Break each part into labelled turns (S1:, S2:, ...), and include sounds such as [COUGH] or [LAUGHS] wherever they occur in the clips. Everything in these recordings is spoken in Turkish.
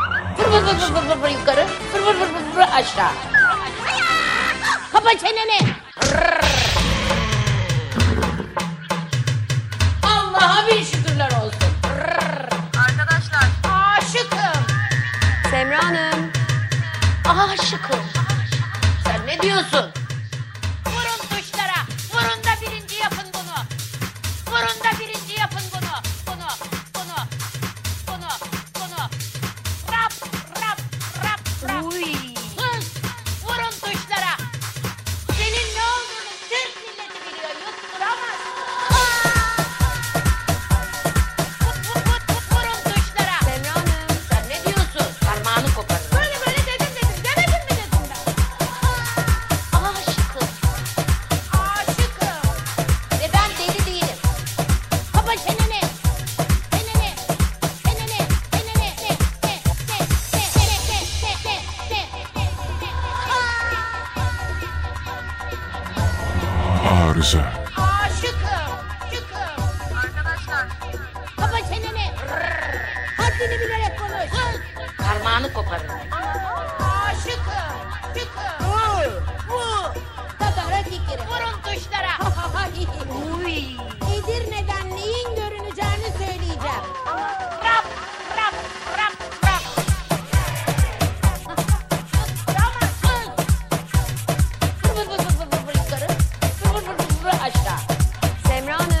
S1: vır vır vır vır vır yukarı. Vır vır vır vır vır aşağı. Kapa çeneni. Rrrr. Allah'a bin şükürler olsun. Rrrr.
S2: Arkadaşlar
S1: Aşıkım.
S3: Semra Hanım.
S1: Aşıkım. Sen ne diyorsun? Vurun tuşlara. Vurun da birinci yapın bunu. Vurun da birinci yapın bunu. Bunu, bunu, bunu, bunu. Rap, rap, rap, rap.
S3: Uy.
S1: Hız, vurun tuşlara. Senin ne olduğunu Türk milleti biliyor. Yutturamaz. Vur, vur, vur, vur, vurun tuşlara.
S3: Semra Hanım.
S1: Sen ne diyorsun? Parmağını koparırım. Böyle böyle dedim dedim. Demedim mi dedim ben? Aşıkım. Aşıkım. Ve ben deli değilim. Kapa çeneni. Çeneni. Çeneni. Çeneni. Ne, ne, ne, ne, ne, ne, ne, ne, ne, ne,
S4: Arıza.
S1: ne. Aşıkım. Şıkım.
S2: arkadaşlar
S1: Kapa çeneni. Haddini bilerek konuş. Parmağını koparırım. Aşıkım. Şıkım. Vur. Vur. Tatara dikiri. [LAUGHS] Vurun tuşlara.
S3: Uy.
S1: Edirne'den neyin görüneceğini söyleyeceğim. Rap, rap, rap, rap. Yutturamazsın. Vır vır vır vır vır vır yukarı. Vır vır vır vır vır aşağı.
S3: Semra Hanım.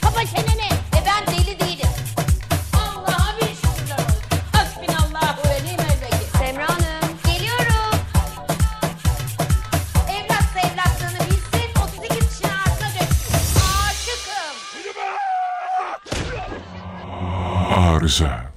S1: Kapa çeneni. E ben deli değilim. Allah'a bir şükürler olsun. Hasbinallahu ve nimel vekil.
S3: Semra Hanım.
S1: Geliyorum. Evlatsa evlatlığını bilsin. 32 kişinin ağzına döksün. Aşıkım.
S4: Arıza.